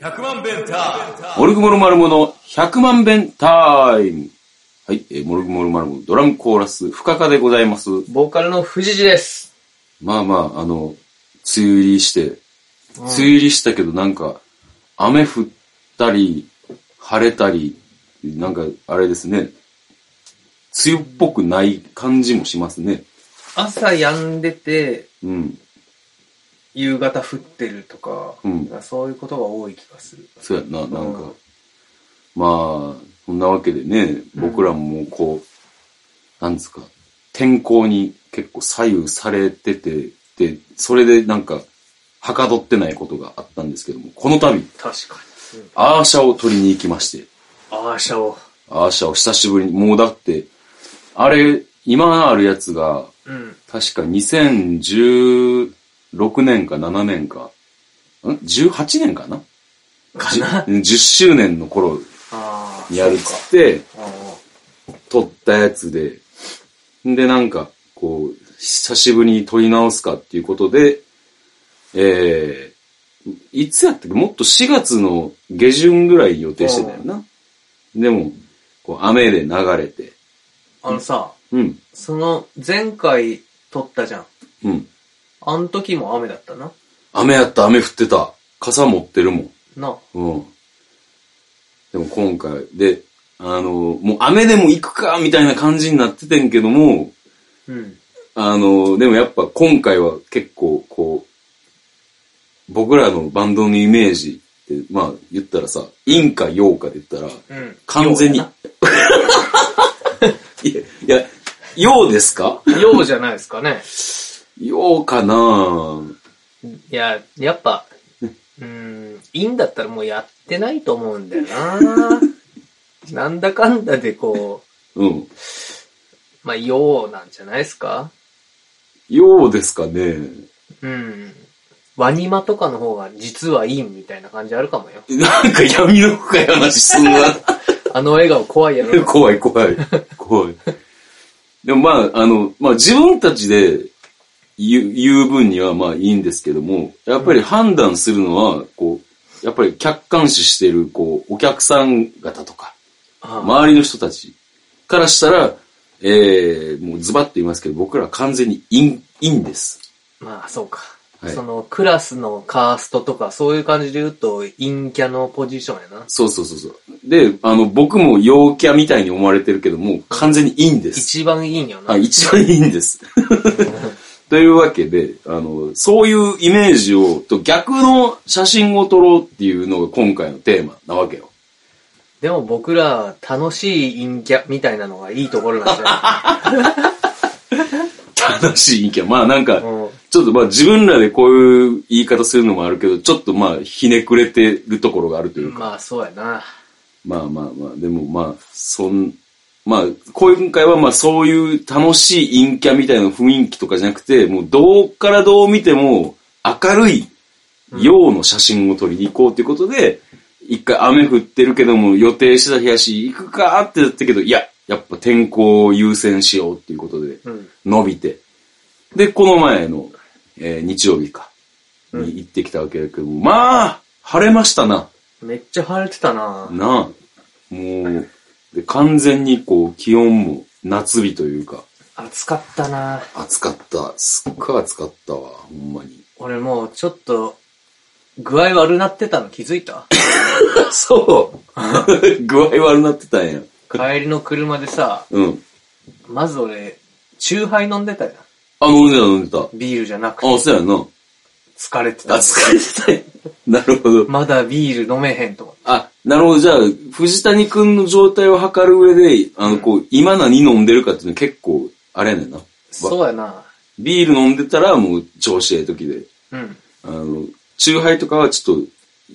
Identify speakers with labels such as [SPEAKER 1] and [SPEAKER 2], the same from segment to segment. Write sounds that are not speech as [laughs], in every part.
[SPEAKER 1] 100万弁タ
[SPEAKER 2] モルグモルマルモの100万弁タイム。はい、えーモルグモルマルモ、ドラムコーラス、深カでございます。
[SPEAKER 3] ボーカルの藤次です。
[SPEAKER 2] まあまあ、あの、梅雨入りして、梅雨入りしたけどなんか、雨降ったり、晴れたり、なんか、あれですね、梅雨っぽくない感じもしますね。
[SPEAKER 3] 朝止んでて、
[SPEAKER 2] うん。
[SPEAKER 3] 夕方降ってるとか、
[SPEAKER 2] うん
[SPEAKER 3] そういうことが多い気がする。
[SPEAKER 2] そうやんな、なんか。
[SPEAKER 3] うん
[SPEAKER 2] まあ、そんなわけでね、僕らもこう、なんですか、天候に結構左右されてて、で、それでなんか、はかどってないことがあったんですけども、この度、
[SPEAKER 3] 確かに。うん、
[SPEAKER 2] アーシャを取りに行きまして、
[SPEAKER 3] あーシャを。
[SPEAKER 2] アーシャを久しぶりに、もうだって、あれ、今あるやつが、
[SPEAKER 3] うん。
[SPEAKER 2] 確か2016年か7年か、ん ?18 年かな
[SPEAKER 3] かな。
[SPEAKER 2] ?10 周年の頃
[SPEAKER 3] あー
[SPEAKER 2] やるっつって、
[SPEAKER 3] そうかあ
[SPEAKER 2] 撮ったやつで、で、なんか、こう、久しぶりに撮り直すかっていうことで、えー、いつやったっけもっと4月の下旬ぐらい予定してたよな。でも、こう、雨で流れて、
[SPEAKER 3] ー。あのさ、
[SPEAKER 2] うん、
[SPEAKER 3] その前回撮ったじゃん。
[SPEAKER 2] うん。
[SPEAKER 3] あの時も雨だったな。
[SPEAKER 2] 雨やった、雨降ってた。傘持ってるもん。
[SPEAKER 3] な。
[SPEAKER 2] うん。でも今回、で、あの、もう雨でも行くか、みたいな感じになっててんけども、
[SPEAKER 3] うん。
[SPEAKER 2] あの、でもやっぱ今回は結構こう、僕らのバンドのイメージって、まあ言ったらさ、陰か陽かで言ったら、
[SPEAKER 3] うん。
[SPEAKER 2] 完 [laughs] 全に、いや、いや、陽ですか
[SPEAKER 3] ようじゃないですかね。
[SPEAKER 2] 陽かなぁ
[SPEAKER 3] いや、やっぱ、うーん、いいんだったらもうやってないと思うんだよ
[SPEAKER 2] [laughs]
[SPEAKER 3] な。なんだかんだでこ
[SPEAKER 2] うん。
[SPEAKER 3] う、まあ、ようなんじゃないですか
[SPEAKER 2] 陽ですかね
[SPEAKER 3] うん。ワニマとかの方が実はいいみたいな感じあるかもよ。
[SPEAKER 2] なんか闇の深い話すんな。
[SPEAKER 3] あの笑顔 [laughs] 怖いやろ。
[SPEAKER 2] 怖い怖い。怖い。でもまあ、あの、まあ自分たちで言う言う分にはまあいいんですけども、やっぱり判断するのは、こう、やっぱり客観視してる、こう、お客さん方とか、
[SPEAKER 3] ああ
[SPEAKER 2] 周りの人たちからしたら、えー、もうズバッと言いますけど、僕らは完全に陰、陰です。
[SPEAKER 3] まあ、そうか。
[SPEAKER 2] はい
[SPEAKER 3] その、クラスのカーストとか、そういう感じで言うと、陰キャのポジションやな。
[SPEAKER 2] そうそうそうそう。で、あの、僕も陽キャみたいに思われてるけども、完全に陰です。
[SPEAKER 3] 一番いいんよな。
[SPEAKER 2] あ、一番いいんです。 [laughs] というわけで、あの、そういうイメージを、と逆の写真を撮ろうっていうのが今回のテーマなわけよ。
[SPEAKER 3] でも僕ら、楽しい陰キャみたいなのがいいところなんじゃ
[SPEAKER 2] 楽しい意見。まあなんか、
[SPEAKER 3] [laughs] ないうん
[SPEAKER 2] ちょっとまあ自分らでこういう言い方するのもあるけど、ちょっとまあひねくれてるところがあるというか、
[SPEAKER 3] まあそうやな。
[SPEAKER 2] まあまあまあ、でもまあ、そん、まあ、今回はまあそういう楽しい陰キャみたいな雰囲気とかじゃなくて、もうどうからどう見ても明るい陽の写真を撮りに行こうということで、一回雨降ってるけども予定してた日やし行くかってなったけど、いや、やっぱ天候を優先しようっていうことで
[SPEAKER 3] うん。
[SPEAKER 2] 伸びて。で、この前の、えー日曜日か、に行ってきたわけだけども、まあ、晴れましたな。
[SPEAKER 3] めっちゃ晴れてたな。
[SPEAKER 2] なあ、もう、で完全にこう、気温も夏日というか、
[SPEAKER 3] 暑かったな。
[SPEAKER 2] 暑かった。すっごい暑かったわ、ほんまに。
[SPEAKER 3] 俺もうちょっと、具合悪なってたの気づいた
[SPEAKER 2] そう [laughs] 具合悪なってたんや。
[SPEAKER 3] 帰りの車でさ、
[SPEAKER 2] うん。
[SPEAKER 3] まず俺、チューハイ飲んでたじゃ
[SPEAKER 2] あ、飲んでた飲んでた。
[SPEAKER 3] ん。ビールじゃなくて、
[SPEAKER 2] あ、そうやな。
[SPEAKER 3] 疲れて
[SPEAKER 2] あ、
[SPEAKER 3] た。
[SPEAKER 2] 疲れてたんや。なるほど。
[SPEAKER 3] まだビール飲めへんと思って。
[SPEAKER 2] あ、なるほど。じゃあ、藤谷くんの状態を測る上で、あの、こう、今何飲んでるかっていうのは結構、あれやねんな。わ
[SPEAKER 3] そうやな。
[SPEAKER 2] ビール飲んでたら、もう、調子ええ時で。
[SPEAKER 3] うん。
[SPEAKER 2] あの、チューハイとかはちょっと、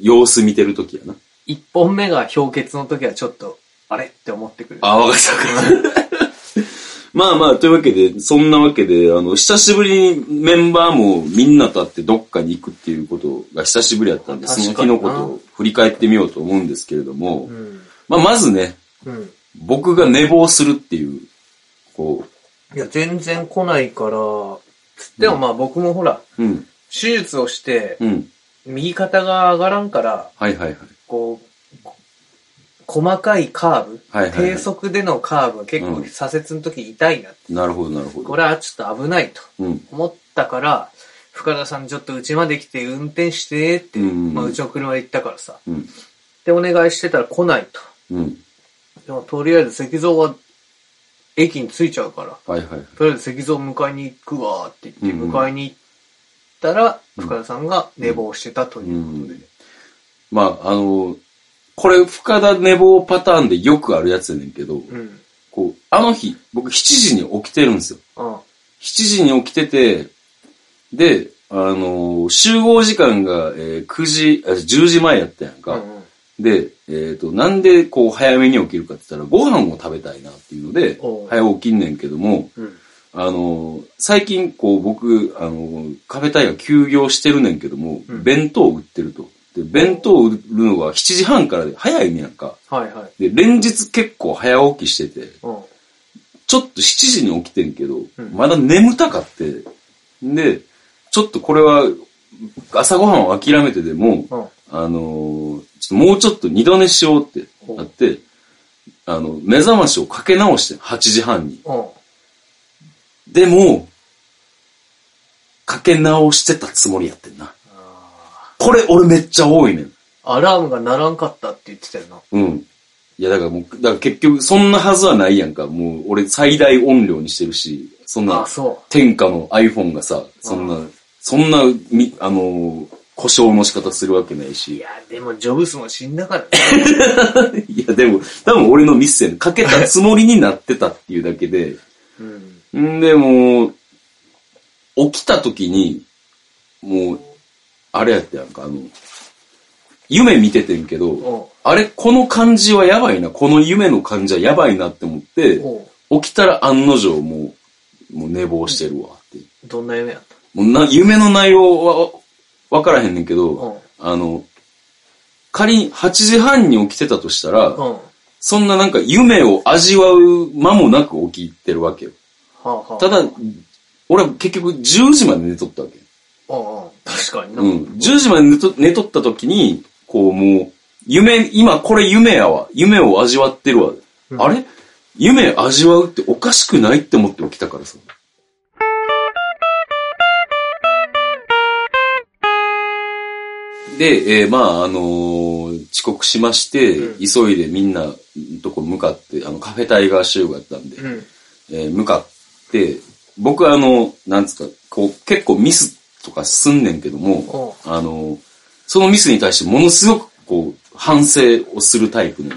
[SPEAKER 2] 様子見てる時やな。
[SPEAKER 3] 一本目が氷結の時はちょっと、あれって思ってくる。
[SPEAKER 2] あ、わかったわかった。 [laughs] まあまあ、というわけで、そんなわけで、あの、久しぶりにメンバーもみんなと会ってどっかに行くっていうことが久しぶりだったんで、その
[SPEAKER 3] 確か
[SPEAKER 2] 日
[SPEAKER 3] にな
[SPEAKER 2] のことを振り返ってみようと思うんですけれども、
[SPEAKER 3] うん。
[SPEAKER 2] まあまずね、
[SPEAKER 3] うん。
[SPEAKER 2] 僕が寝坊するっていう、こ
[SPEAKER 3] いや、全然来ないから、でもまあ僕もほら、
[SPEAKER 2] う、うん、
[SPEAKER 3] 手術をして、
[SPEAKER 2] うん。
[SPEAKER 3] 右肩が上がらんから、
[SPEAKER 2] はいはいはい。
[SPEAKER 3] こう、こ細かいカーブ、
[SPEAKER 2] はいはいはい
[SPEAKER 3] 低速でのカーブが結
[SPEAKER 2] うん
[SPEAKER 3] 構左折の時痛いなって、
[SPEAKER 2] なるほどなるほど。
[SPEAKER 3] これはちょっと危ないと
[SPEAKER 2] うん。
[SPEAKER 3] 思ったから、深田さんちょっとうちまで来て運転してって、
[SPEAKER 2] うん
[SPEAKER 3] まあうちの車で行ったからさ。
[SPEAKER 2] うん。
[SPEAKER 3] で、お願いしてたら来ないと。
[SPEAKER 2] うん。
[SPEAKER 3] でもとりあえず石像は駅に着いちゃうから、
[SPEAKER 2] はいはいはい。
[SPEAKER 3] とりあえず石像迎えに行くわって言って、
[SPEAKER 2] うん
[SPEAKER 3] 迎えに行ったら、
[SPEAKER 2] うん
[SPEAKER 3] 深田さんが寝坊してたということで。
[SPEAKER 2] まあ、あの、これ、深田寝坊パターンでよくあるやつやねんけど、
[SPEAKER 3] うん。
[SPEAKER 2] こう、あの日、僕7時に起きてるんですよ。
[SPEAKER 3] あ
[SPEAKER 2] 7時に起きてて、で、あのー集合時間が、えー9時、あ10時前やったやん
[SPEAKER 3] あ。
[SPEAKER 2] か。
[SPEAKER 3] うんうん。
[SPEAKER 2] で、えっ、と、なんでこう早めに起きるかって言ったら、ご飯を食べたいなっていうので
[SPEAKER 3] おう、
[SPEAKER 2] 早起きんねんけども、
[SPEAKER 3] うん。
[SPEAKER 2] あのー最近こう僕、あのーカフェタイが休業してるねんけども、
[SPEAKER 3] うん
[SPEAKER 2] 弁当を売ってると。で、弁当を売るのは7時半からで早いねやんか。
[SPEAKER 3] はいはい。
[SPEAKER 2] で、連日結構早起きしてて、
[SPEAKER 3] うん。
[SPEAKER 2] ちょっと7時に起きてんけど、
[SPEAKER 3] うん
[SPEAKER 2] まだ眠たかって。で、ちょっとこれは、朝ごはんを諦めてでも、
[SPEAKER 3] うん。
[SPEAKER 2] あのーちょっともうちょっと二度寝しようってなって、あの、目覚ましをかけ直して、8時半に。
[SPEAKER 3] うん。
[SPEAKER 2] でも、かけ直してたつもりやってんな。
[SPEAKER 3] あ
[SPEAKER 2] これ俺めっちゃ多いねん。
[SPEAKER 3] ーアラームが鳴らんかったって言ってたよな。
[SPEAKER 2] うん。いや、だからもう、だから結局そんなはずはないやんか。もう俺最大音量にしてるし、そん
[SPEAKER 3] あ
[SPEAKER 2] な
[SPEAKER 3] あ、そ。
[SPEAKER 2] 天下の iPhone がさ、そんな、そんな、みあのー故障の仕方するわけないう
[SPEAKER 3] い
[SPEAKER 2] し。
[SPEAKER 3] や、でもジョブスも死んだからね。
[SPEAKER 2] いや、でも、多分俺のミスやねんかけたつもりになってたっていうだけで。
[SPEAKER 3] うん。
[SPEAKER 2] んで、もう起きた時に、もう、あれやってやんか、あの、夢見ててんけど、
[SPEAKER 3] おう
[SPEAKER 2] あれ、この感じはやばいな、この夢の感じはやばいなって思って、
[SPEAKER 3] おう
[SPEAKER 2] 起きたら案の定もう、もう寝坊してるわっていう。
[SPEAKER 3] どんな夢やった
[SPEAKER 2] もうな、夢の内容は、わからへんねんけど、
[SPEAKER 3] うん
[SPEAKER 2] あの、仮に8時半に起きてたとしたら、
[SPEAKER 3] うん。は
[SPEAKER 2] そんななんか夢を味わう間もなく起きてるわけよ。
[SPEAKER 3] あはあ。
[SPEAKER 2] ただ、俺は結局10時まで寝とったわけ。
[SPEAKER 3] うんうん。確かにな。
[SPEAKER 2] うん。10時まで寝と寝とった時に、こうもう、夢、今これ夢やわ。夢を味わってるわ。
[SPEAKER 3] うん
[SPEAKER 2] あれ夢味わうっておかしくないって思って起きたからさ。で、えーまあ、あのー遅刻しまして、
[SPEAKER 3] うん
[SPEAKER 2] 急いでみんなのとこ向かって、あの、カフェタイガー集合やったんで、
[SPEAKER 3] うん。
[SPEAKER 2] えー向かって、僕はあの、なんつうか、こう、結構ミスとかすんねんけども、あのーそのミスに対してものすごく、こう、反省をするタイプの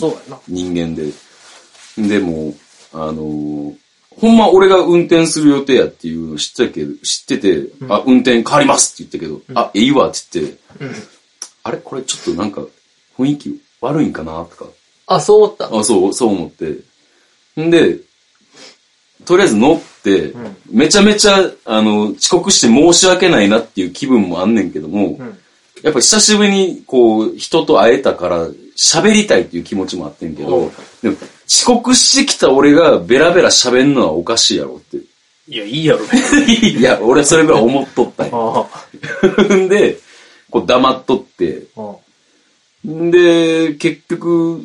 [SPEAKER 3] そうやな。
[SPEAKER 2] 人間で。でも、あのーほんま俺が運転する予定やっていうの知ってたけど、知ってて、
[SPEAKER 3] ん
[SPEAKER 2] あ、運転変わりますって言ったけど、あ、いいわって言って、
[SPEAKER 3] うん。
[SPEAKER 2] あれこれちょっとなんか雰囲気悪いんかなとか、
[SPEAKER 3] あ、そう思った。
[SPEAKER 2] あ、そう、そう思って。んで、とりあえず乗って、
[SPEAKER 3] ん
[SPEAKER 2] めちゃめちゃ、あの、遅刻して申し訳ないなっていう気分もあんねんけども、
[SPEAKER 3] うん。
[SPEAKER 2] やっぱ久しぶりに、こう、人と会えたから、喋りたいっていう気持ちもあってんけ
[SPEAKER 3] う
[SPEAKER 2] ど
[SPEAKER 3] ん、
[SPEAKER 2] でも、遅刻してきた俺がベラベラ喋んのはおかしいやろって。 [laughs]
[SPEAKER 3] いや、いいや [laughs] ろ。
[SPEAKER 2] いや、俺はそれぐらい思っとったん
[SPEAKER 3] あ
[SPEAKER 2] や。ん [laughs] で、こう黙っとって、
[SPEAKER 3] あ。うん。
[SPEAKER 2] んで、結局、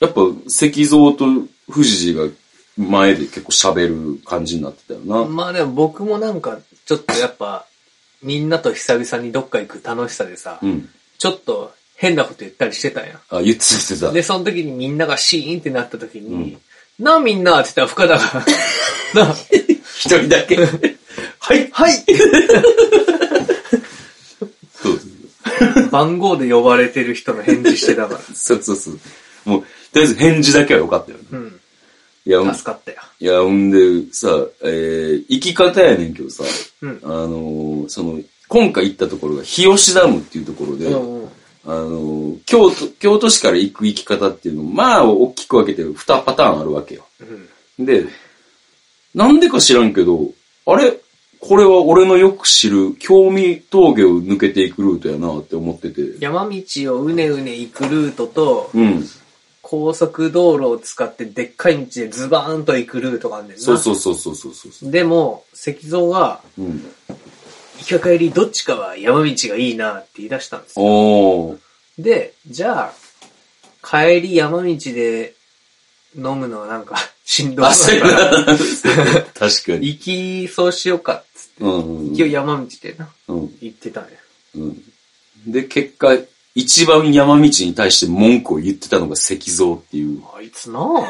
[SPEAKER 2] やっぱ石像と富士寺が前で結構喋る感じになってたよな。
[SPEAKER 3] まあでも僕もなんか、ちょっとやっぱ、みんなと久々にどっか行く楽しさでさ、
[SPEAKER 2] うん。
[SPEAKER 3] ちょっと変なこと言ったりしてたんや。
[SPEAKER 2] あ、言ってた言ってた。
[SPEAKER 3] で、その時にみんながシーンってなった時に、なあみんなって言ったら深田 [laughs] が、なあ、
[SPEAKER 2] 一人だ
[SPEAKER 3] [laughs]
[SPEAKER 2] け。はい
[SPEAKER 3] はい
[SPEAKER 2] [laughs] そう
[SPEAKER 3] 番号で呼ばれてる人の返事してたから。
[SPEAKER 2] そうそうそう。もう、とりあえず返事だけは良かったよね。
[SPEAKER 3] うん。
[SPEAKER 2] いや、ほん
[SPEAKER 3] 助かったよ。
[SPEAKER 2] いや、ほんで、さ、えー、行き方やねんけどさ、
[SPEAKER 3] うん
[SPEAKER 2] あのーその、今回行ったところが日吉ダムっていうところで、
[SPEAKER 3] うんうん。
[SPEAKER 2] あのー京都、京都市から行く行き方っていうのも、まあ、大きく分けて2パターンあるわけよ。
[SPEAKER 3] うん。
[SPEAKER 2] で、なんでか知らんけど、あれこれは俺のよく知る、興味峠を抜けていくルートやなって思ってて。
[SPEAKER 3] 山道をうねうね行くルートと、
[SPEAKER 2] うん。
[SPEAKER 3] 高速道路を使ってでっかい道でズバーンと行くルートがあんねんな。
[SPEAKER 2] そうそうそうそうそうそう。
[SPEAKER 3] でも、石像が
[SPEAKER 2] うん。
[SPEAKER 3] 行きか帰りどっちかは山道がいいなって言い出したんですよ。
[SPEAKER 2] おー。
[SPEAKER 3] で、じゃあ、帰り山道で飲むのはなんか [laughs] しんどい
[SPEAKER 2] あ、そう
[SPEAKER 3] か
[SPEAKER 2] や
[SPEAKER 3] ら、
[SPEAKER 2] な。 [laughs] 確かに。
[SPEAKER 3] 行きそうしようかっつって、
[SPEAKER 2] うん
[SPEAKER 3] 行きを山道でな、
[SPEAKER 2] うん。
[SPEAKER 3] 行ってたんや。
[SPEAKER 2] うん。で、結果、一番山道に対して文句を言ってたのが石像っていう。 [laughs]
[SPEAKER 3] あいつなぁ。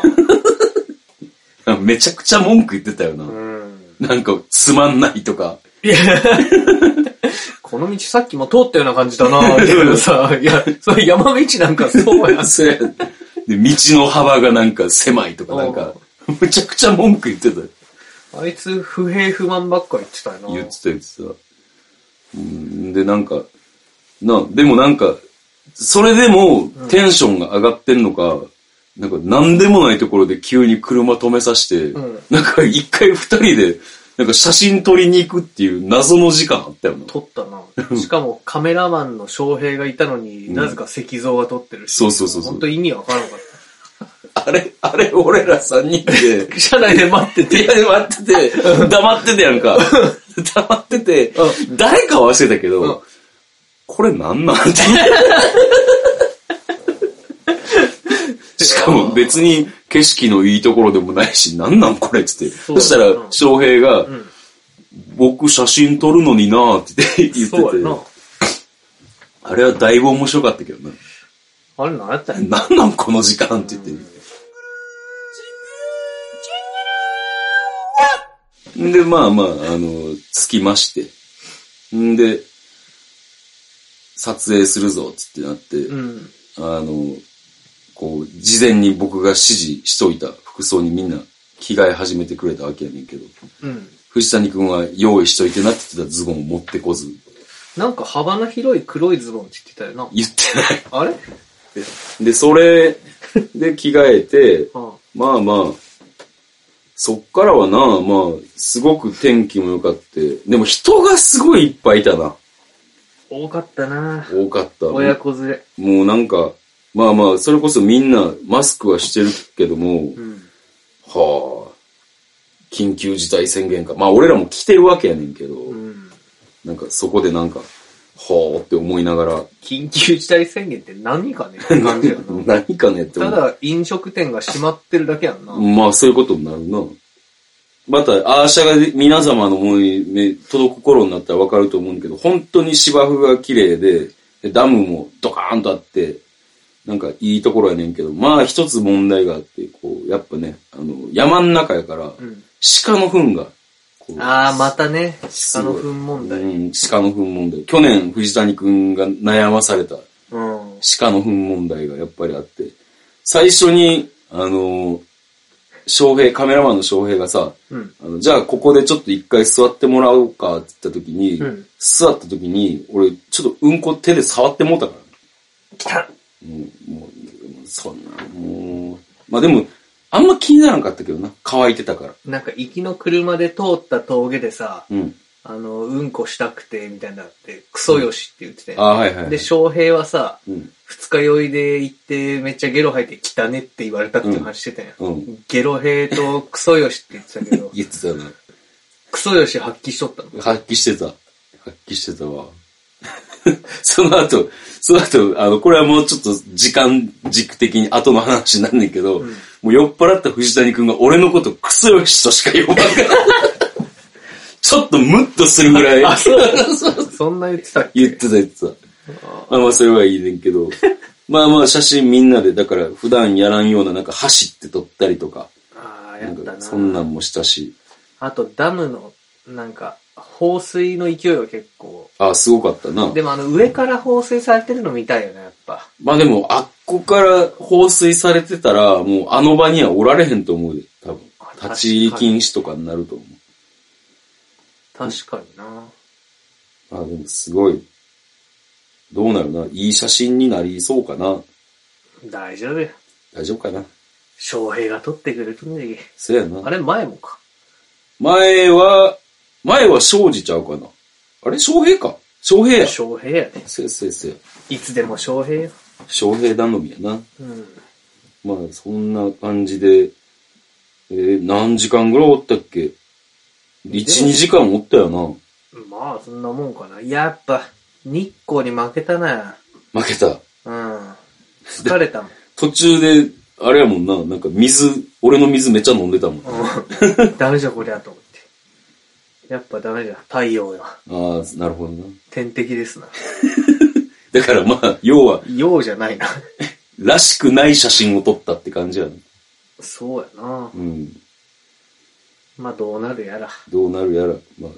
[SPEAKER 2] めちゃくちゃ文句言ってたよな。
[SPEAKER 3] うん。
[SPEAKER 2] なんか、つまんないとか。 [laughs]
[SPEAKER 3] [laughs] この道さっきも通ったような感じだ [laughs] なぁ。けどさ、いや、それ山道なんかそうやん。
[SPEAKER 2] そうや。で、道の幅がなんか狭いとか、なんか、むちゃくちゃ文句言ってた。
[SPEAKER 3] [laughs] あいつ不平不満ばっか言ってたよな
[SPEAKER 2] 言ってた言ってた。うん、で、なんか、な、でもなんか、それでもテンションが上がってんのか、なんか何でもないところで急に車止めさせて、
[SPEAKER 3] うん
[SPEAKER 2] なんか一回二人で、なんか写真撮りに行くっていう謎の時間あったよな。
[SPEAKER 3] 撮ったな。しかもカメラマンの翔平がいたのに、なぜか石像が撮ってるし。
[SPEAKER 2] そうそうそうそう
[SPEAKER 3] 本当意味わからなかっ
[SPEAKER 2] あれ、あれ、俺ら三人で、
[SPEAKER 3] た。車内で待って
[SPEAKER 2] い
[SPEAKER 3] て。
[SPEAKER 2] や、待ってて、黙っててやんか。黙ってて、誰かは忘れたけ
[SPEAKER 3] うん
[SPEAKER 2] ど、これなんなんって。しかも別に景色のいいところでもないし、なんなんこれっつって。そ
[SPEAKER 3] そ
[SPEAKER 2] うしたら、翔平が
[SPEAKER 3] ん、
[SPEAKER 2] 僕写真撮るのになーって言って
[SPEAKER 3] そうやな
[SPEAKER 2] て。。あれはだいぶ面白かったけどな。
[SPEAKER 3] あれ何やった
[SPEAKER 2] [laughs]
[SPEAKER 3] んや。
[SPEAKER 2] なんなんこの時間って言って。で、まあまあ、あの、着きまして。んで、撮影するぞ、つってなって、
[SPEAKER 3] うん。
[SPEAKER 2] あの、こう、事前に僕が指示しといた服装にみんな着替え始めてくれたわけやねんけど、
[SPEAKER 3] うん。
[SPEAKER 2] 藤谷くんは用意しといてなって言ってたズボンを持ってこず、
[SPEAKER 3] なんか幅の広い黒いズボンって言ってたよな。
[SPEAKER 2] 言ってない。
[SPEAKER 3] あれ
[SPEAKER 2] で、それで着替えて、
[SPEAKER 3] うん。
[SPEAKER 2] まあまあ、そっからはな、まあ、すごく天気も良かって、でも人がすごいいっぱいいたな。
[SPEAKER 3] 多かったな
[SPEAKER 2] 多かった。
[SPEAKER 3] 親子連れ。
[SPEAKER 2] もうなんか、まあまあ、それこそみんなマスクはしてるけども、
[SPEAKER 3] うん。
[SPEAKER 2] はあ、緊急事態宣言か。まあ俺らも来てるわけやねんけど、
[SPEAKER 3] うん。
[SPEAKER 2] なんかそこでなんか、はあって思いながら、
[SPEAKER 3] 緊急事態宣言って何かねって
[SPEAKER 2] [laughs]
[SPEAKER 3] 感じやな。
[SPEAKER 2] 何かねって思
[SPEAKER 3] た
[SPEAKER 2] う。
[SPEAKER 3] だ飲食店が閉まってるだけやんな。
[SPEAKER 2] まあ、そういうことになるな。また、アーシャが皆様のものにね届く頃になったらわかると思うんだけど、本当に芝生が綺麗で、でダムもドカーンとあって、なんかいいところやねんけど、まあ一つ問題があって、こう、やっぱね、あの、山ん中やから、
[SPEAKER 3] うん。
[SPEAKER 2] 鹿の糞が、こう
[SPEAKER 3] ああ、またね、鹿の糞問題。
[SPEAKER 2] うん、鹿の糞問題。去年、藤谷くんが悩まされた
[SPEAKER 3] うん。
[SPEAKER 2] 鹿の糞問題がやっぱりあって、最初に、あの、翔平、カメラマンの翔平がさ、
[SPEAKER 3] うん。
[SPEAKER 2] あのじゃあここでちょっと一回座ってもらおうかって言った時に、
[SPEAKER 3] うん
[SPEAKER 2] 座った時に、俺ちょっとうんこ手で触ってもうたから。
[SPEAKER 3] 来た
[SPEAKER 2] もう、もう、もうそんな、もう。まあでも、あんま気にならんかったけどな。乾いてたから。
[SPEAKER 3] なんか行きの車で通った峠でさ、
[SPEAKER 2] うん。
[SPEAKER 3] あの、うんこしたくて、みたいになって、クソよしって言ってて。
[SPEAKER 2] あはいはいはい。
[SPEAKER 3] で、翔平はさ、
[SPEAKER 2] うん。
[SPEAKER 3] 二日酔いで行って、めっちゃゲロ吐いてきたねって言われたっていう話してたんや。
[SPEAKER 2] うんうん、
[SPEAKER 3] ゲロ兵とクソよしって言ってたけど
[SPEAKER 2] [laughs] 言ってたよな。
[SPEAKER 3] クソよし発揮しとったの。
[SPEAKER 2] 発揮してた。発揮してたわ。 [laughs] その後、その後、あの、これはもうちょっと時間軸的に後の話になんねんけど、もう酔っ払った藤谷くんが俺のことクソよしとしか呼ばんから。 [laughs] ちょっとムッとするぐらい
[SPEAKER 3] そんな言ってたっけ
[SPEAKER 2] [laughs] 言ってた言ってた。まあまあそれはいいねんけど、まあまあ写真みんなで、だから普段やらんようななんか走って撮ったりとか、
[SPEAKER 3] ああ、
[SPEAKER 2] な
[SPEAKER 3] やっ
[SPEAKER 2] ん
[SPEAKER 3] た
[SPEAKER 2] か
[SPEAKER 3] な。
[SPEAKER 2] そんなんもしたし、
[SPEAKER 3] あと、ダムの、なんか、放水の勢いは結構。
[SPEAKER 2] ああ、すごかったな。
[SPEAKER 3] でもあの、上から放水されてるの見たいよね、やっぱ。
[SPEAKER 2] まあでも、あっこから放水されてたら、もうあの場にはおられへんと思うで、多分
[SPEAKER 3] あ。確かに
[SPEAKER 2] 立ち入り禁止とかになると思う。
[SPEAKER 3] 確かにな。
[SPEAKER 2] まあでもすごい、どうなるな、いい写真になりそうかな。
[SPEAKER 3] 大丈夫よ。
[SPEAKER 2] 大丈夫かな。
[SPEAKER 3] 翔平が取ってくれると思うんだけど
[SPEAKER 2] そうやな。
[SPEAKER 3] あれ、前もか。
[SPEAKER 2] 前は、前は庄司ちゃうかな。あれ翔平か。翔平や。
[SPEAKER 3] 翔平やね。
[SPEAKER 2] せやせやせや。
[SPEAKER 3] いつでも翔平よ。
[SPEAKER 2] 翔平頼みやな。
[SPEAKER 3] うん。
[SPEAKER 2] まあそんな感じで、えー何時間ぐらいおったっけ ?1、2時間おったよな。
[SPEAKER 3] まあ、そんなもんかな。やっぱ、日光に負けたな。
[SPEAKER 2] 負けた。
[SPEAKER 3] うん。疲れたもん。
[SPEAKER 2] 途中で、あれやもんな、なんか水、俺の水めっちゃ飲んでたもん。あ
[SPEAKER 3] うん。 [laughs] ダメじゃんこりゃと思って。やっぱダメじゃん。太陽が。
[SPEAKER 2] あ、なるほどな。
[SPEAKER 3] 天敵ですな。
[SPEAKER 2] だからまあ、要は、
[SPEAKER 3] 陽じゃないな。
[SPEAKER 2] らしくない写真を撮ったって感じやね。
[SPEAKER 3] そうやな
[SPEAKER 2] う。ん。
[SPEAKER 3] まあどうなるやら。
[SPEAKER 2] どうなるやら、まあ、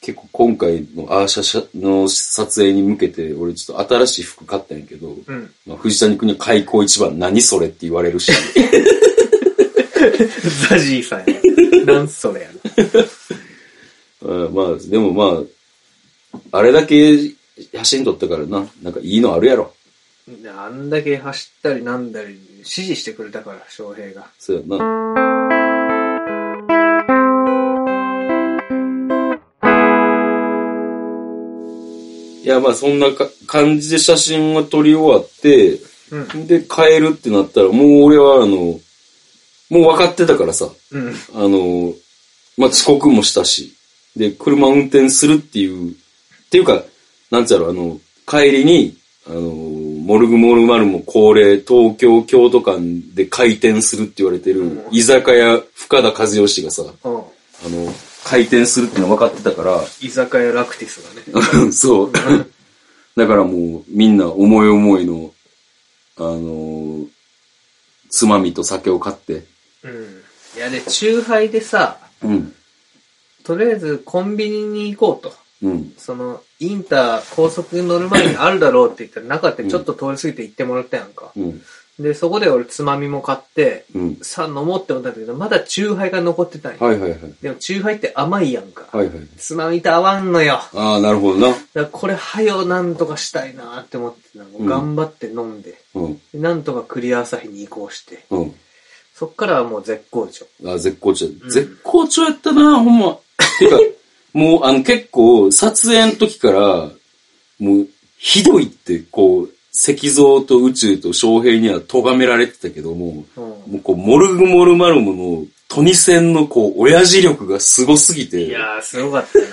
[SPEAKER 2] 結構今回のアーシャシャの撮影に向けて、俺ちょっと新しい服買ったんやけど、
[SPEAKER 3] うん。
[SPEAKER 2] まあ、藤谷君には開口一番何それって言われるし、 [laughs]
[SPEAKER 3] ザジーさん [laughs] やな。なんそれやな。
[SPEAKER 2] うんまあ、でもまあ、あれだけ写真撮ったからな、なんかいいのあるやろ。
[SPEAKER 3] あんだけ走ったりなんだり、指示してくれたから、翔平が。
[SPEAKER 2] そうやな。いや、まあそんなか感じで写真は撮り終わって、
[SPEAKER 3] うん。
[SPEAKER 2] で、変えるってなったら、もう俺はあの、もう分かってたからさ、
[SPEAKER 3] うん。
[SPEAKER 2] あの、まあ遅刻もしたし、で、車運転するっていう、っていうか、なんつうやろ、あの、帰りに、あの、モルグモルマルも恒例、東京京都間で回転するって言われてる、居酒屋深田和義がさ、
[SPEAKER 3] うん。
[SPEAKER 2] あの、回転するってのは分かってたから、 [laughs]
[SPEAKER 3] 居酒屋ラクティスがね。
[SPEAKER 2] そう。だからもう、みんな思い思いの、あのーつまみと酒を買って。
[SPEAKER 3] うん。いや、で、チューハイでさ、
[SPEAKER 2] うん。
[SPEAKER 3] とりあえずコンビニに行こうと。
[SPEAKER 2] うん。
[SPEAKER 3] その、インター、高速に乗る前にあるだろうって言ったらなかったちょっと通り過ぎて行ってもらったやんか。
[SPEAKER 2] うん。
[SPEAKER 3] で、そこで俺つまみも買って、
[SPEAKER 2] うん。
[SPEAKER 3] さあ飲もうって思ったんだけど、まだチューハイが残ってたんや。
[SPEAKER 2] はいはいはい。
[SPEAKER 3] でもチューハイって甘いやんか。
[SPEAKER 2] はいはい。
[SPEAKER 3] つまみと合わんのよ。
[SPEAKER 2] ああ、なるほどな。
[SPEAKER 3] だからこれ、はよなんとかしたいなって思ってなんか
[SPEAKER 2] うん
[SPEAKER 3] 頑張って飲んで、
[SPEAKER 2] うん。
[SPEAKER 3] でなんとかクリア朝日に移行して、
[SPEAKER 2] うん。
[SPEAKER 3] そっからはもう絶好調。
[SPEAKER 2] あー絶好調、
[SPEAKER 3] ん
[SPEAKER 2] 絶好調やったな、ほんま。てか、 [laughs] もう、あの、結構、撮影の時から、もう、ひどいって、こう、石像と宇宙と翔平には咎められてたけども、
[SPEAKER 3] うん。
[SPEAKER 2] もうこう、モルグモルマルモのトニセンのこう、親父力がすごすぎ
[SPEAKER 3] い
[SPEAKER 2] て、
[SPEAKER 3] やー、すごかったな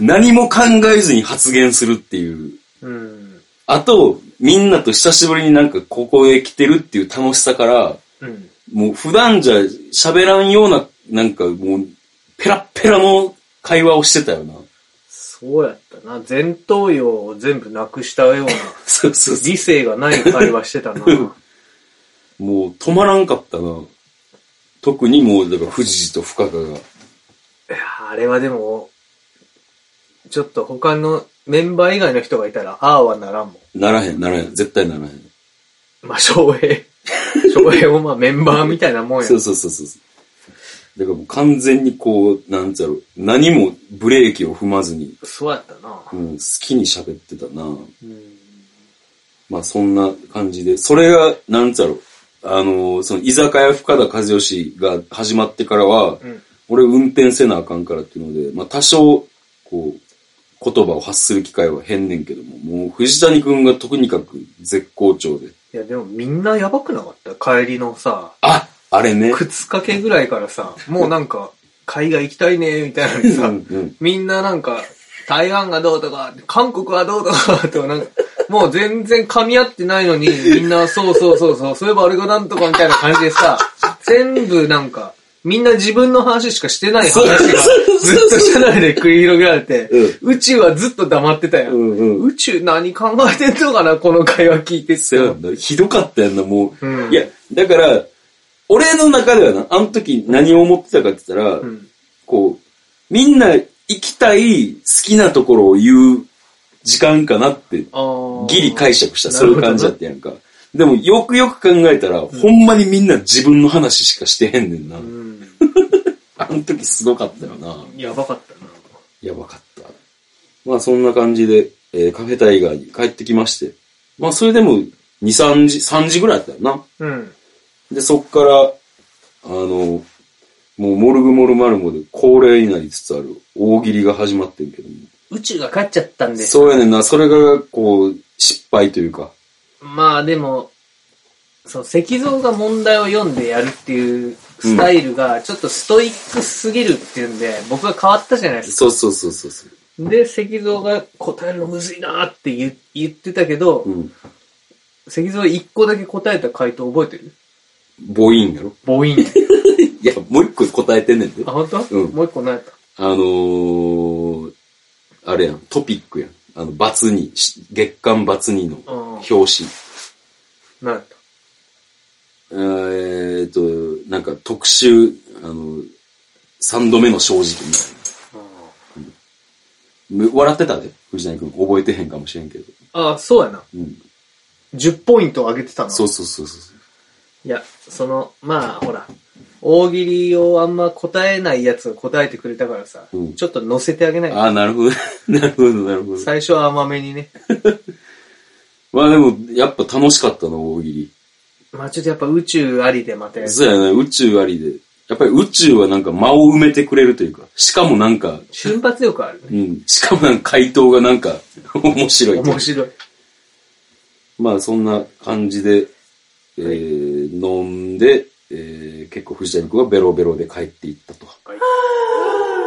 [SPEAKER 2] 何も考えずに発言するっていう。
[SPEAKER 3] うん。
[SPEAKER 2] あと、みんなと久しぶりになんかここへ来てるっていう楽しさから、
[SPEAKER 3] うん。
[SPEAKER 2] もう普段じゃ喋らんような、なんかもう、ペラッペラの会話をしてたよな。
[SPEAKER 3] そうやったな。前頭葉を全部なくした [laughs] ような、
[SPEAKER 2] そうそうそ
[SPEAKER 3] 理性がない会話してたな。
[SPEAKER 2] う。もう止まらんかったな。特にもう、だから富士と深川が。
[SPEAKER 3] いやーあれはでも、ちょっと他のメンバー以外の人がいたら、ああはならんも
[SPEAKER 2] ならへん、ならへん。絶対ならへん。
[SPEAKER 3] ん。まあ、翔平。 [laughs] 翔平もまあメンバーみたいなもんや
[SPEAKER 2] そう。そうそうそうそう。だからもう完全にこう、なんちゃろう、何もブレーキを踏まずに、
[SPEAKER 3] そうやったな。
[SPEAKER 2] うん、好きに喋ってたな。
[SPEAKER 3] うん。
[SPEAKER 2] まあそんな感じで、それが、なんちゃろう、あのーその居酒屋深田和義が始まってからは、
[SPEAKER 3] うん。
[SPEAKER 2] 俺運転せなあかんからっていうので、まあ多少、こう、言葉を発する機会は変ねんけども、もう藤谷くんがとにかく絶好調で。
[SPEAKER 3] いや、でもみんなやばくなかった帰りのさ、
[SPEAKER 2] ああれ
[SPEAKER 3] [laughs]
[SPEAKER 2] ね。
[SPEAKER 3] 靴掛けぐらいからさ、もうなんか、海外行きたいね、みたいなのに
[SPEAKER 2] う
[SPEAKER 3] さ、
[SPEAKER 2] んうん。
[SPEAKER 3] みんななんか、台湾がどうとか、韓国はどうとか、とかなんか、もう全然噛み合ってないのに、みんな、そうそうそうそう、そういえばあれがなんとかみたいな感じでさ、全部なんか、みんな自分の話しかしてない話が、ずっと社内で繰り広げられて、宇宙はずっと黙ってたやん。
[SPEAKER 2] うんうん
[SPEAKER 3] 宇宙何考えてんのかな、この会話聞いてって
[SPEAKER 2] そうやんなひどかったやんな、もう。
[SPEAKER 3] うん
[SPEAKER 2] いや、だから、俺の中ではな、あの時何を思ってたかって言ったら、
[SPEAKER 3] うん。
[SPEAKER 2] こう、みんな行きたい好きなところを言う時間かなって、
[SPEAKER 3] あー
[SPEAKER 2] ギリ解釈した、
[SPEAKER 3] な
[SPEAKER 2] そうい
[SPEAKER 3] るほ
[SPEAKER 2] う
[SPEAKER 3] ど
[SPEAKER 2] 感
[SPEAKER 3] な
[SPEAKER 2] じだったやんか。でも、よくよく考えたら、ほんまにみんな自分の話しかしてへんねんな。
[SPEAKER 3] うん。
[SPEAKER 2] あの時すごかったよな。
[SPEAKER 3] やばかったな。
[SPEAKER 2] やばかった。まあ、そんな感じで、えーカフェタイガーに帰ってきまして。まあ、それでも、2、3時、3時ぐらいだったよな。
[SPEAKER 3] うん。
[SPEAKER 2] で、そっから、あの、もうモルグモルマルモで恒例になりつつある大喜利が始まってんけども。
[SPEAKER 3] 宇宙が勝っちゃったんで。
[SPEAKER 2] そうやねんな、それがこう、失敗というか。
[SPEAKER 3] まあでも、そう、石像が問題を読んでやるっていうスタイルがちょっとストイックすぎるっていうんで、僕が変わったじゃないです
[SPEAKER 2] そうそうそうそうそう。
[SPEAKER 3] か。で、石像が答えるのむずいなーって言言ってたけど、
[SPEAKER 2] うん。
[SPEAKER 3] 石像一個だけ答えた回答覚えてる
[SPEAKER 2] 母音やろ
[SPEAKER 3] 母音。
[SPEAKER 2] いや、もう一個答えてんねんで。
[SPEAKER 3] あ、
[SPEAKER 2] あ
[SPEAKER 3] 本当？
[SPEAKER 2] うん
[SPEAKER 3] もう一個何やった
[SPEAKER 2] のー、あれやん、トピックやん。あの、バツに、し月刊バツにの
[SPEAKER 3] うん
[SPEAKER 2] 表紙。
[SPEAKER 3] 何やった
[SPEAKER 2] えーっと、なんか特集、あの、三度目の正直みたいなむ。笑ってたで、藤谷君。覚えてへんかもしれんけど。
[SPEAKER 3] ああ、そうやな。
[SPEAKER 2] うん。
[SPEAKER 3] 10ポイント上げてたの。
[SPEAKER 2] そうそうそうそう。
[SPEAKER 3] いや、その、まあ、ほら、大喜利をあんま答えないやつが答えてくれたからさ、
[SPEAKER 2] うん
[SPEAKER 3] ちょっと乗せてあげないと
[SPEAKER 2] ああ、なるほど。 [laughs] なるほど、なるほど。
[SPEAKER 3] 最初は甘めにね。
[SPEAKER 2] まあでも、やっぱ楽しかったな、大喜利。
[SPEAKER 3] まあちょっとやっぱ宇宙ありでまたやる
[SPEAKER 2] そうやな、宇宙ありで。やっぱり宇宙はなんか間を埋めてくれるというか、しかもなんか、
[SPEAKER 3] 瞬発力ある
[SPEAKER 2] う
[SPEAKER 3] ね。
[SPEAKER 2] ん、しかもなんか回答がなんか面白いという
[SPEAKER 3] 面白い。
[SPEAKER 2] まあそんな感じで、えー、飲んで、えー、結構藤谷君はベロベロで帰っていったと。はい。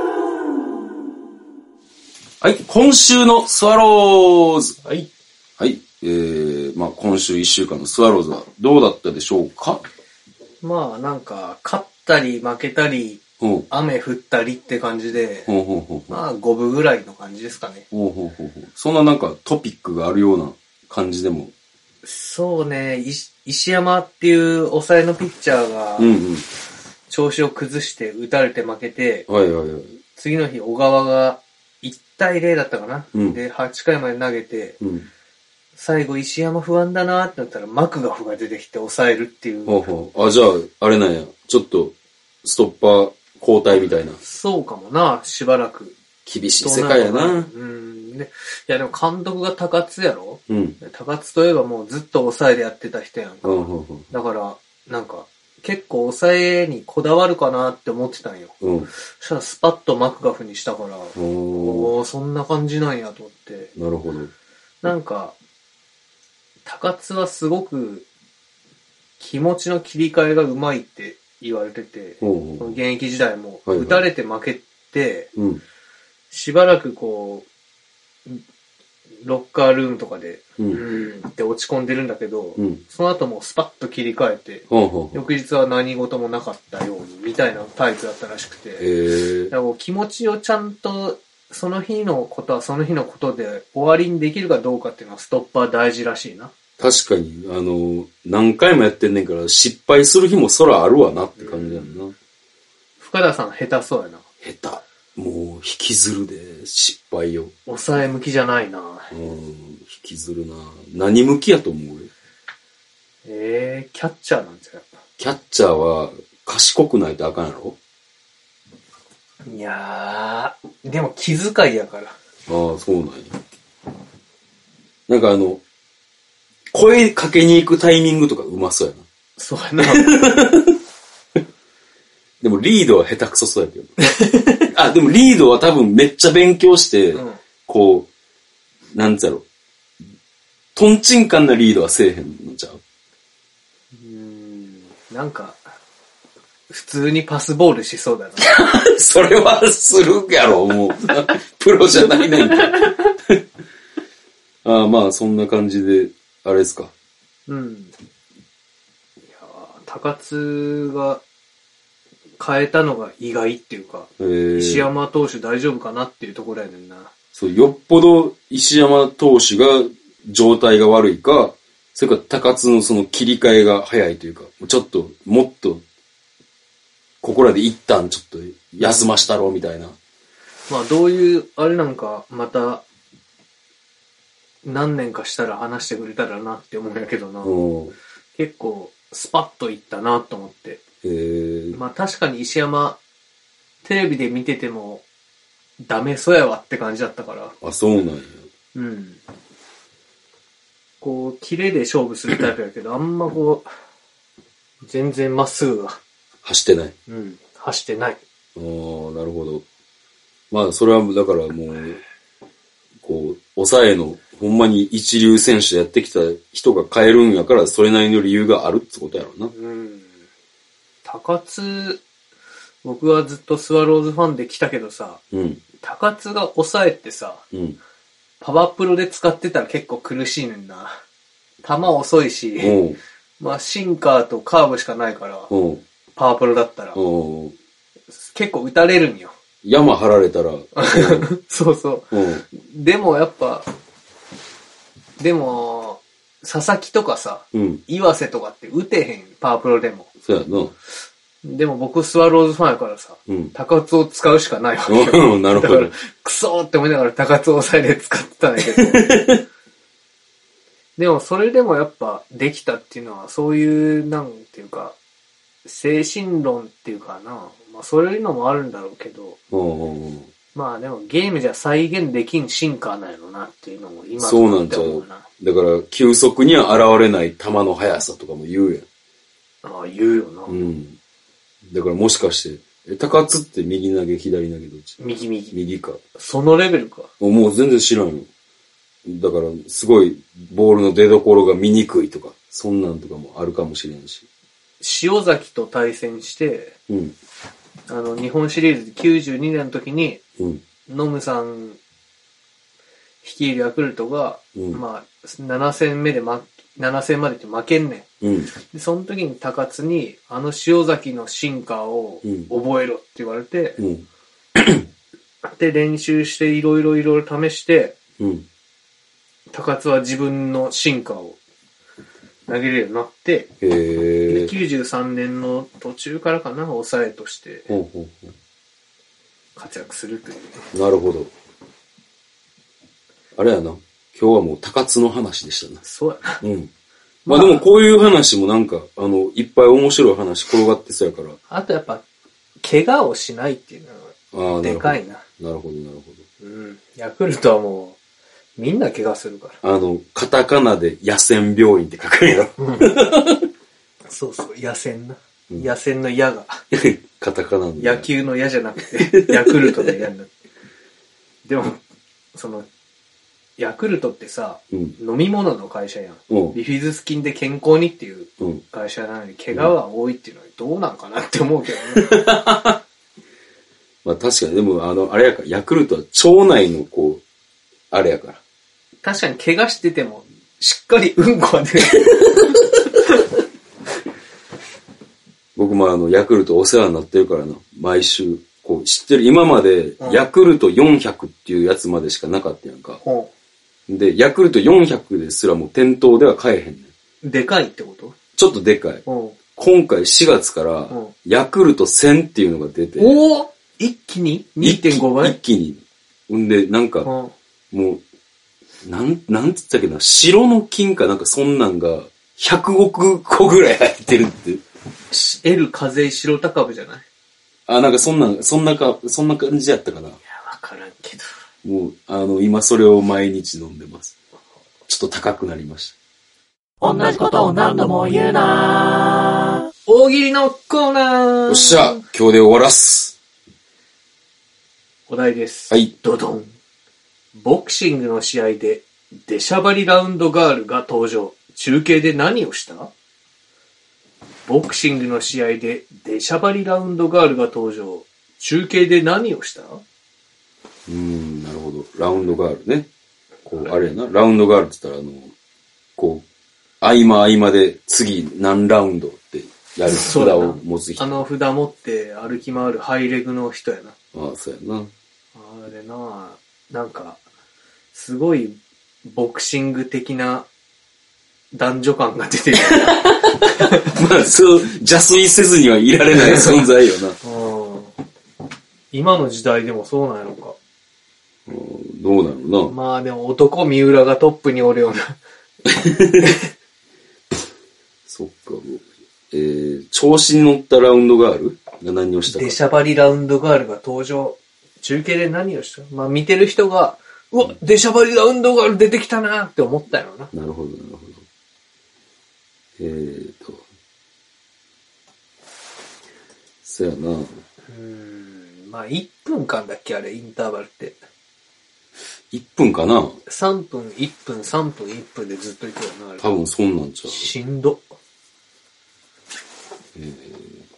[SPEAKER 2] 今週のスワローズ。
[SPEAKER 3] はい。
[SPEAKER 2] はい。えー、まあ今週一週間のスワローズはどうだったでしょうか
[SPEAKER 3] まあなんか、勝ったり負けたり、
[SPEAKER 2] うん。ほう
[SPEAKER 3] 雨降ったりって感じで、
[SPEAKER 2] ほうほうほう。
[SPEAKER 3] まあ五分ぐらいの感じですかね。
[SPEAKER 2] ほうほうほうほう。そんななんかトピックがあるような感じでも。
[SPEAKER 3] そうね、いし石山っていう抑えのピッチャーが
[SPEAKER 2] うんうん。
[SPEAKER 3] 調子を崩して打たれて負けて、
[SPEAKER 2] はいはいはい。
[SPEAKER 3] 次の日小川が1対0だったかな、
[SPEAKER 2] うん
[SPEAKER 3] で、8回まで投げて、
[SPEAKER 2] うん。
[SPEAKER 3] 最後石山不安だなってなったらマクガフが出てきて抑えるっていう。
[SPEAKER 2] ほうほう。あ、じゃあ、あれなんや。ちょっと、ストッパー交代みたいな。
[SPEAKER 3] そうかもな、しばらく。
[SPEAKER 2] 厳しい世界や
[SPEAKER 3] どうる
[SPEAKER 2] な
[SPEAKER 3] の。かうん。でいやでも監督が高津やろ
[SPEAKER 2] うん。
[SPEAKER 3] 高津といえばもうずっと抑えでやってた人やんか。
[SPEAKER 2] うん、うん、うん
[SPEAKER 3] だから、なんか、結構抑えにこだわるかなって思ってたんよ。
[SPEAKER 2] うん。
[SPEAKER 3] そしたらスパッとマクガフにしたから、
[SPEAKER 2] お
[SPEAKER 3] おー、そんな感じなんやと思って。
[SPEAKER 2] ーなるほど。
[SPEAKER 3] なんか、高津はすごく気持ちの切り替えがうまいって言われてて、
[SPEAKER 2] ほ
[SPEAKER 3] そうの
[SPEAKER 2] ほ
[SPEAKER 3] 現役時代も、
[SPEAKER 2] はいはい
[SPEAKER 3] 打たれて負けて、
[SPEAKER 2] う。うん。
[SPEAKER 3] しばらくこう、ロッカールームとかで、
[SPEAKER 2] う。
[SPEAKER 3] うんーんって落ち込んでるんだけど
[SPEAKER 2] う、ん。
[SPEAKER 3] その後もうスパッと切り替えて、
[SPEAKER 2] ほうほうほう。
[SPEAKER 3] 翌日は何事もなかったように、みたいなタイプだったらしく
[SPEAKER 2] え
[SPEAKER 3] て、だ
[SPEAKER 2] ー
[SPEAKER 3] か。らこう気持ちをちゃんと、その日のことはその日のことで終わりにできるかどうかっていうのはストッパー大事らしいな。
[SPEAKER 2] 確かに、あの、何回もやってんねんから、失敗する日も空あるわなって感じやんな。
[SPEAKER 3] 深田さん下手そうやな。
[SPEAKER 2] 下手。もう、引きずるで、失敗よ。
[SPEAKER 3] 抑え向きじゃないな。
[SPEAKER 2] うん、引きずるな何向きやと思う俺
[SPEAKER 3] ええキャッチャーなんじゃやっ
[SPEAKER 2] キャッチャーは賢くないとあかんやろ
[SPEAKER 3] ぱ。いやー、でも気遣いやから。
[SPEAKER 2] ああ、そうなんや。なんかあの、声かけに行くタイミングとかうまそうやな。
[SPEAKER 3] そうやな。
[SPEAKER 2] でもリードは下手くそそうやけど。あ、でもリードは多分めっちゃ勉強して、
[SPEAKER 3] うん。
[SPEAKER 2] こう、なんつやろ。トンチンカンなリードはせえへんのちゃう [laughs]
[SPEAKER 3] うん、なんか、普通にパスボールし [laughs] そうだな。
[SPEAKER 2] それはするやろ、もう。 [laughs] プロじゃないねんから。 [laughs] ああまあ、そんな感じで、あれですか。
[SPEAKER 3] うん。いやー高津が変えたのが意外っていうか、
[SPEAKER 2] えー
[SPEAKER 3] 石山投手大丈夫かなっていうところやねんな。
[SPEAKER 2] そう、よっぽど石山投手が状態が悪いか、それか高津のその切り替えが早いというか、ちょっと、もっと、ここらで一旦ちょっと休ましたろうみたいな。
[SPEAKER 3] まあどういう、あれなんか、また、何年かしたら話してくれたらなって思うんやけどな。
[SPEAKER 2] うん。
[SPEAKER 3] 結構、スパッといったなと思って。
[SPEAKER 2] えー、
[SPEAKER 3] まあ確かに石山、テレビで見てても、ダメそうやわって感じだったから。
[SPEAKER 2] あ、そうなんや。
[SPEAKER 3] うん。こう、キレで勝負するタイプやけど、あんまこう、全然まっすぐが、
[SPEAKER 2] 走ってない。
[SPEAKER 3] うん、走ってない。
[SPEAKER 2] ああ、なるほど。まあ、それは、だからもう、こう、抑えの、ほんまに一流選手やってきた人が変えるんやから、それなりの理由があるってことやろうな。
[SPEAKER 3] うん。高津、僕はずっとスワローズファンで来たけどさ、
[SPEAKER 2] うん。
[SPEAKER 3] 高津が抑えてさ、
[SPEAKER 2] うん。
[SPEAKER 3] パワープロで使ってたら結構苦しいねんな。球遅いし、
[SPEAKER 2] おう。
[SPEAKER 3] まあシンカーとカーブしかないから、
[SPEAKER 2] おう。
[SPEAKER 3] パワープロだったら、
[SPEAKER 2] おう。
[SPEAKER 3] 結構打たれるんよ。 [laughs]
[SPEAKER 2] 山張られたら。おう。
[SPEAKER 3] そうそう。
[SPEAKER 2] おう
[SPEAKER 3] でもやっぱ、でも、佐々木とかさ、
[SPEAKER 2] うん。
[SPEAKER 3] 岩瀬とかって打てへん、パワープロでも。
[SPEAKER 2] そうやな。
[SPEAKER 3] でも僕スワローズファンやからさ、
[SPEAKER 2] うん。
[SPEAKER 3] 高津を使うしかないわけ
[SPEAKER 2] [laughs] うんなるほど
[SPEAKER 3] だからクソーって思いながら高津を抑えで使ってたんだけど。でもそれでもやっぱできたっていうのは、そういう、なんていうか、精神論っていうかな。まあそういうのもあるんだろうけど、
[SPEAKER 2] おうおうおう
[SPEAKER 3] まあでもゲームじゃ再現できんシンカーなんやろなっていうのも今
[SPEAKER 2] そうなんちゃ
[SPEAKER 3] 思
[SPEAKER 2] う
[SPEAKER 3] うな。。
[SPEAKER 2] だから、急速には現れない球の速さとかも言うやん。
[SPEAKER 3] ああ、言うよな。
[SPEAKER 2] うん。だからもしかして、え、高津って右投げ、左投げどっち
[SPEAKER 3] 右右。
[SPEAKER 2] 右か。
[SPEAKER 3] そのレベルか。
[SPEAKER 2] もうもう全然知らんよ。だから、すごい、ボールの出所が見にくいとか、そんなんとかもあるかもしれんし。
[SPEAKER 3] 塩崎と対戦して、
[SPEAKER 2] うん。
[SPEAKER 3] あの、日本シリーズ92年の時に、
[SPEAKER 2] うん。
[SPEAKER 3] ノムさん率いるヤクルトが、
[SPEAKER 2] うん
[SPEAKER 3] まあ、7戦目で、ま、7戦までって負けんね
[SPEAKER 2] うん。
[SPEAKER 3] ん。で、その時に高津に、あの塩崎のシンカーを
[SPEAKER 2] うん
[SPEAKER 3] 覚えろって言われて、
[SPEAKER 2] うん。
[SPEAKER 3] で、練習していろいろいろいろ試して、
[SPEAKER 2] うん。
[SPEAKER 3] 高津は自分のシンカーを投げれるようになって、
[SPEAKER 2] へ
[SPEAKER 3] で
[SPEAKER 2] え。
[SPEAKER 3] 93年の途中からかな、抑えとして
[SPEAKER 2] ほうほうほ
[SPEAKER 3] 活躍するという。
[SPEAKER 2] う。なるほど。あれやな。今日はもう高津の話でしたな。
[SPEAKER 3] そうやな。
[SPEAKER 2] うん。まあでもこういう話もなんか、あの、いっぱい面白い話転がってそうやから。
[SPEAKER 3] あとやっぱ、怪我をしないっていうのは、
[SPEAKER 2] ああ、なるほど。
[SPEAKER 3] でかいな。
[SPEAKER 2] なるほど、なるほど。
[SPEAKER 3] うん。ヤクルトはもう、みんな怪我するから。
[SPEAKER 2] あの、カタカナで野戦病院って書くんやろ。 [laughs]
[SPEAKER 3] そうそう、野戦な。
[SPEAKER 2] うん
[SPEAKER 3] 野戦の矢が。
[SPEAKER 2] カタカナの。
[SPEAKER 3] 野。球の矢じゃなく [laughs] て、ヤクルトの矢になって。でも、その、ヤクルトってさ、
[SPEAKER 2] うん。
[SPEAKER 3] 飲み物の会社やん。
[SPEAKER 2] うん
[SPEAKER 3] ビフィズス菌で健康にっていう
[SPEAKER 2] うん。
[SPEAKER 3] 会社なのに、怪我は多いっていうのはどうなんかなって思うけど [laughs] ね。
[SPEAKER 2] まあ確かに、でもあの、あれやから、ヤクルトは腸内のこう、あれやから。
[SPEAKER 3] 確かに怪我してても、しっかりうんこは出る。
[SPEAKER 2] 僕もあの、ヤクルトお世話になってるからな。毎週、こう、知ってる。今まで
[SPEAKER 3] う、ん
[SPEAKER 2] ヤクルト400っていうやつまでしかなかったやんか。
[SPEAKER 3] ほ
[SPEAKER 2] で、ヤクルト400ですらもう店頭では買えへんねん。
[SPEAKER 3] うでかいってこと
[SPEAKER 2] ちょっとでかい。
[SPEAKER 3] お
[SPEAKER 2] 今回4月から
[SPEAKER 3] うん、
[SPEAKER 2] ヤクルト1000っていうのが出て。
[SPEAKER 3] おー一気に ?2.5 倍
[SPEAKER 2] 一気一気に。んで、なんか、
[SPEAKER 3] うん
[SPEAKER 2] もう、なん、なんつったっけな、白の金かなんかそんなんが、100億個ぐらい入ってるって。
[SPEAKER 3] L 風井白高部じゃないい
[SPEAKER 2] あ、なんかそんなん、そんなか、そんな感じやったかな。
[SPEAKER 3] や、わからんけど。
[SPEAKER 2] もう、あの、今それを毎日飲んでます。ちょっと高くなりまし
[SPEAKER 1] 同じことを何度も言うな
[SPEAKER 3] 大喜利のコーナー
[SPEAKER 2] た。よっしゃ今日で終わらす
[SPEAKER 3] お題です。
[SPEAKER 2] はい。
[SPEAKER 3] ドドン。ボクシングの試合で、出しゃばりラウンドガールが登場。中継で何をしたボクシングの試合で、出しゃばりラウンドガールが登場。中継で何をした
[SPEAKER 2] うーん、なるほど。ラウンドガールね。こう、あれやな。ラウンドガールって言ったら、あの、こう、合間合間で次何ラウンドってやる札
[SPEAKER 3] だ
[SPEAKER 2] を
[SPEAKER 3] な
[SPEAKER 2] 持つ人。
[SPEAKER 3] あの札持って歩き回るハイレグの人やな。
[SPEAKER 2] ああ、そうやな。 [laughs]
[SPEAKER 3] あれなあなんか、すごいボクシング的な男女感が出てる。
[SPEAKER 2] まあ、そう、邪推せずにはいられない存在よな。
[SPEAKER 3] うん今の時代でもそうなんやろか。
[SPEAKER 2] うんどうなのな。
[SPEAKER 3] まあでも男三浦がトップにおるような。
[SPEAKER 2] そっか、もうえー、調子に乗ったラウンドガールが何をしたか
[SPEAKER 3] 出。しゃばりラウンドガールが登場。中継で何をしたまあ見てる人が、うわ、出しゃばりラウンドガール出てきたなって思ったよな。
[SPEAKER 2] なるほど、なるほど。えーと。そやな。
[SPEAKER 3] うん。まあ1分間だっけあれ、インターバルって。
[SPEAKER 2] 1分かな
[SPEAKER 3] 3分、1分、3分、1分でずっといくよな、あれ。
[SPEAKER 2] 多分そんなんちゃう。
[SPEAKER 3] しんど。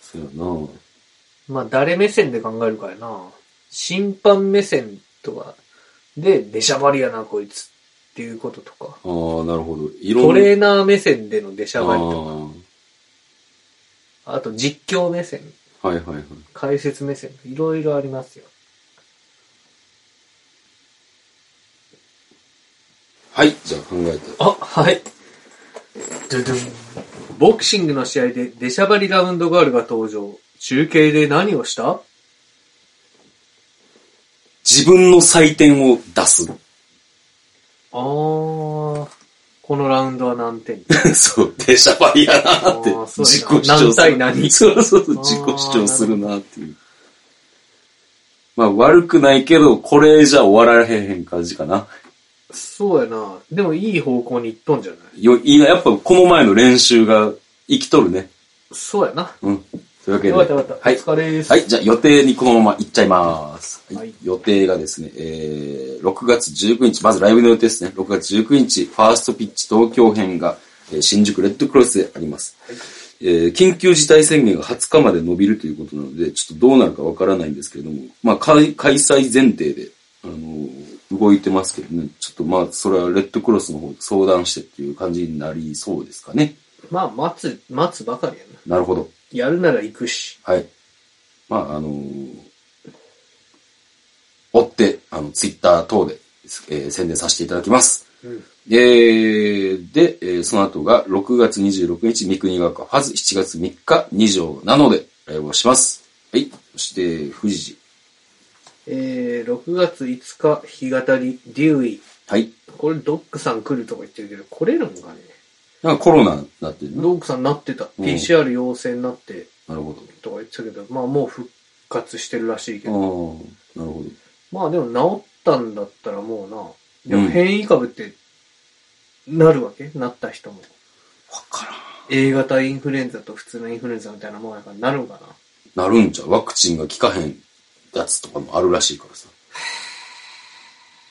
[SPEAKER 2] そうやな。
[SPEAKER 3] まあ、誰目線で考えるかやな。審判目線とか、で、出しゃばりやな、こいつ。っていうこととか。
[SPEAKER 2] ああ、なるほど。いろんな。
[SPEAKER 3] トレーナー目線での出しゃばりと
[SPEAKER 2] あ
[SPEAKER 3] か。あと、実況目線、
[SPEAKER 2] あはいはいはい。
[SPEAKER 3] 解説目線、いろいろありますよ。
[SPEAKER 2] はい、じゃあ考えて。
[SPEAKER 3] あ、はい。ドゥドゥンボクシングの試合で出しゃばりラウンドガールが登場。中継で何をした
[SPEAKER 2] 自分の採点を出す。 [laughs]
[SPEAKER 3] あー、このラウンドは何 [laughs] 点
[SPEAKER 2] そう、出しゃばりやなって
[SPEAKER 3] あー。そう
[SPEAKER 2] 自己
[SPEAKER 3] やな
[SPEAKER 2] 主張する。
[SPEAKER 3] 何対何
[SPEAKER 2] そうそうそう、
[SPEAKER 3] あー
[SPEAKER 2] 自己主張するなっていう。まあ悪くないけど、これじゃ終わられへん感じかな。
[SPEAKER 3] そうやな。でもいい方向に行っとんじゃない
[SPEAKER 2] よ、いいな、やっぱこの前の練習が生きとるね。
[SPEAKER 3] そうやな。
[SPEAKER 2] うん。というわけで。
[SPEAKER 3] よかったよかった。
[SPEAKER 2] はい
[SPEAKER 3] お。疲れです。
[SPEAKER 2] はい、じゃあ予定にこのまま行っちゃいます。はい
[SPEAKER 3] はい
[SPEAKER 2] 予定がですね、えー、6月19日、まずライブの予定ですね。6月19日、ファーストピッチ東京編が、えー新宿レッドクロスであります。えー緊急事態宣言が20日まで延びるということなので、ちょっとどうなるかわからないんですけれども、まあ、開開催前提で、あのー動いてますけどね、ちょっとまあ、それはレッドクロスの方で相談してっていう感じになりそうですかね。
[SPEAKER 3] まあ、待つ、待つばかりやな。
[SPEAKER 2] なるほど。
[SPEAKER 3] やるなら行くし。
[SPEAKER 2] はい。まあ、あのー追って、あの、ツイッター等で、えー宣伝させていただきます。
[SPEAKER 3] うん。
[SPEAKER 2] えー、で、えーその後が6月26日、三国学科ファズ、7月3日、2条なので、ライブをします。はい。そして、富士寺。
[SPEAKER 3] えー、6月5日、日語り、デューイ。
[SPEAKER 2] はい。
[SPEAKER 3] これ、ドックさん来るとか言ってるけど、来れるんかね
[SPEAKER 2] なんかコロナになってるな。
[SPEAKER 3] ドックさんなってた。
[SPEAKER 2] うん
[SPEAKER 3] PCR 陽性になって、
[SPEAKER 2] なるほ
[SPEAKER 3] とか言ってたけど、まあ、もう復活してるらしいけど。
[SPEAKER 2] ど。ああ、なるほど。
[SPEAKER 3] まあでも治ったんだったらもうな、
[SPEAKER 2] う
[SPEAKER 3] で
[SPEAKER 2] ん
[SPEAKER 3] も変異株ってなるわけなった人も。
[SPEAKER 2] わからん。
[SPEAKER 3] A 型インフルエンザと普通のインフルエンザみたいなもんやからなるんか
[SPEAKER 2] なるんじゃうワクチンが効かへんやつとかもあるらしいからさ。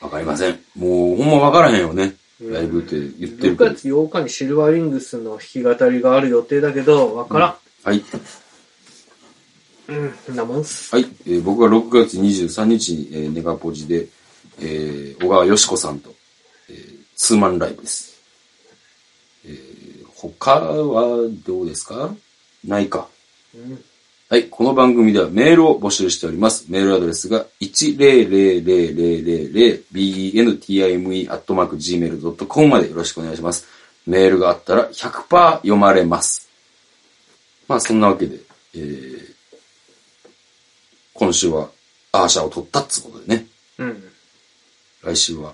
[SPEAKER 2] わかりません。もうほんまわからへんよね。
[SPEAKER 3] うん
[SPEAKER 2] ライブって言っ
[SPEAKER 3] な。
[SPEAKER 2] てる
[SPEAKER 3] 6
[SPEAKER 2] けど。
[SPEAKER 3] 月8日にシルバーリングスの弾き語りがある予定だけど、わからん。
[SPEAKER 2] はい。
[SPEAKER 3] うん、そんなもんっす。
[SPEAKER 2] はい。えー僕は6月23日に、えーネガポジで、えー小川よしこさんと、えーツーマンライブです。えー他はどうですかないか。
[SPEAKER 3] うん、
[SPEAKER 2] はい。この番組ではメールを募集しております。メールアドレスが 1000000bentime.gmail.com までよろしくお願いします。メールがあったら100%読まれます。まあそんなわけで、えー、今週はアーシャを取ったっつうことでね。
[SPEAKER 3] うん。
[SPEAKER 2] 来週は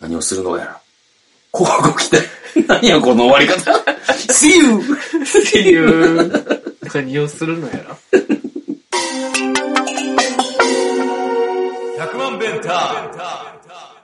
[SPEAKER 2] 何をするのやら。こうご期待。何やこの終わり方。See you!
[SPEAKER 3] っていう、何をするのやら。
[SPEAKER 4] 100万ベンター